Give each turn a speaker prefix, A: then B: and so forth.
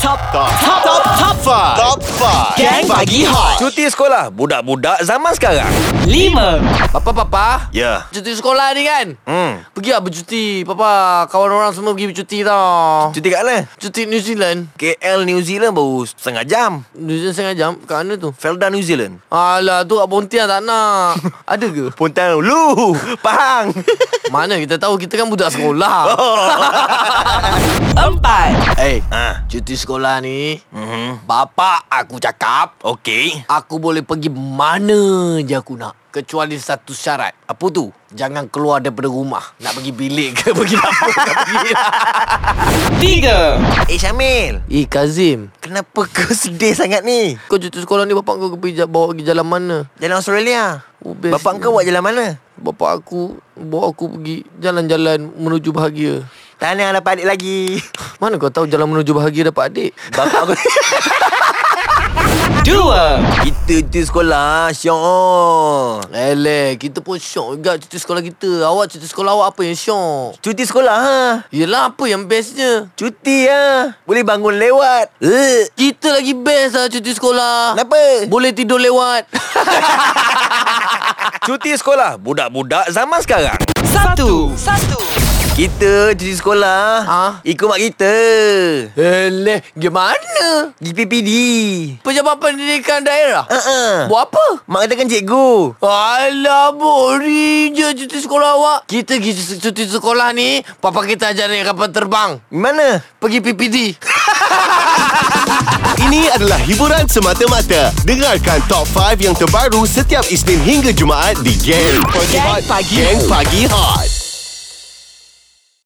A: Top Top Top Top Top 5
B: Top 5
A: Gang Pagi Hot
C: Cuti sekolah budak-budak zaman sekarang.
A: 5
D: Papa-papa
C: Ya.
D: Cuti sekolah ni kan
C: Hmm.
D: Pergi lah bercuti Papa Kawan orang semua pergi bercuti tau
C: Cuti kat mana?
D: Cuti New Zealand
C: KL New Zealand baru setengah jam.
D: New Zealand setengah jam Kat mana tu?
C: Felda New Zealand.
D: Alah tu kat Pontian tak nak Ada ke?
C: Pontian Lu Pahang
D: Mana kita tahu Kita kan budak sekolah
A: 4
D: Eh hey,
C: ha.
D: Cuti sekolah ni
C: mm-hmm.
D: Bapak aku cakap
C: Okay
D: Aku boleh pergi mana je aku nak Kecuali satu syarat Apa tu? Jangan keluar daripada rumah Nak pergi bilik ke Pergi dapur ke pergi
A: 3
C: Eh Syamil
D: Eh Kazim
C: Kenapa kau sedih sangat ni
D: Kau cuti sekolah ni Bapak kau pergi, bawa pergi jalan mana?
C: Jalan Australia
D: Oh, best.
C: Bapak kau buat jalan mana
D: Bapak aku Bawa aku pergi Jalan-jalan menuju bahagia
C: Tahniah dapat adik lagi
D: Mana kau tahu jalan menuju bahagia dapat adik?
C: Bapak aku
A: 2
C: Kita cuti sekolah Syok
D: Eleh Kita pun syok juga cuti sekolah kita Awak cuti sekolah awak apa yang syok?
C: Cuti sekolah ha
D: Yelah apa yang bestnya?
C: Cuti ha Boleh bangun lewat Eh
D: Kita lagi best lah cuti sekolah
C: Kenapa?
D: Boleh tidur lewat
C: Cuti sekolah Budak-budak zaman sekarang
A: 1
C: Kita cuti sekolah
D: Ha?
C: Ikut mak kita
D: Eleh Gimana?
C: GPPD
D: Pejabat pendidikan daerah?
C: uh-uh.
D: Buat apa?
C: Mak kita kan cikgu
D: Alah, boring je cuti sekolah awak. Kita pergi se- cuti sekolah ni, papa kita ajar naik kapal terbang.
C: Mana?
D: Pergi PPD.
B: Ini adalah hiburan semata-mata Dengarkan Top 5 yang terbaru Setiap Isnin hingga Jumaat Di Gang Pagi Hot Gang Pagi Hot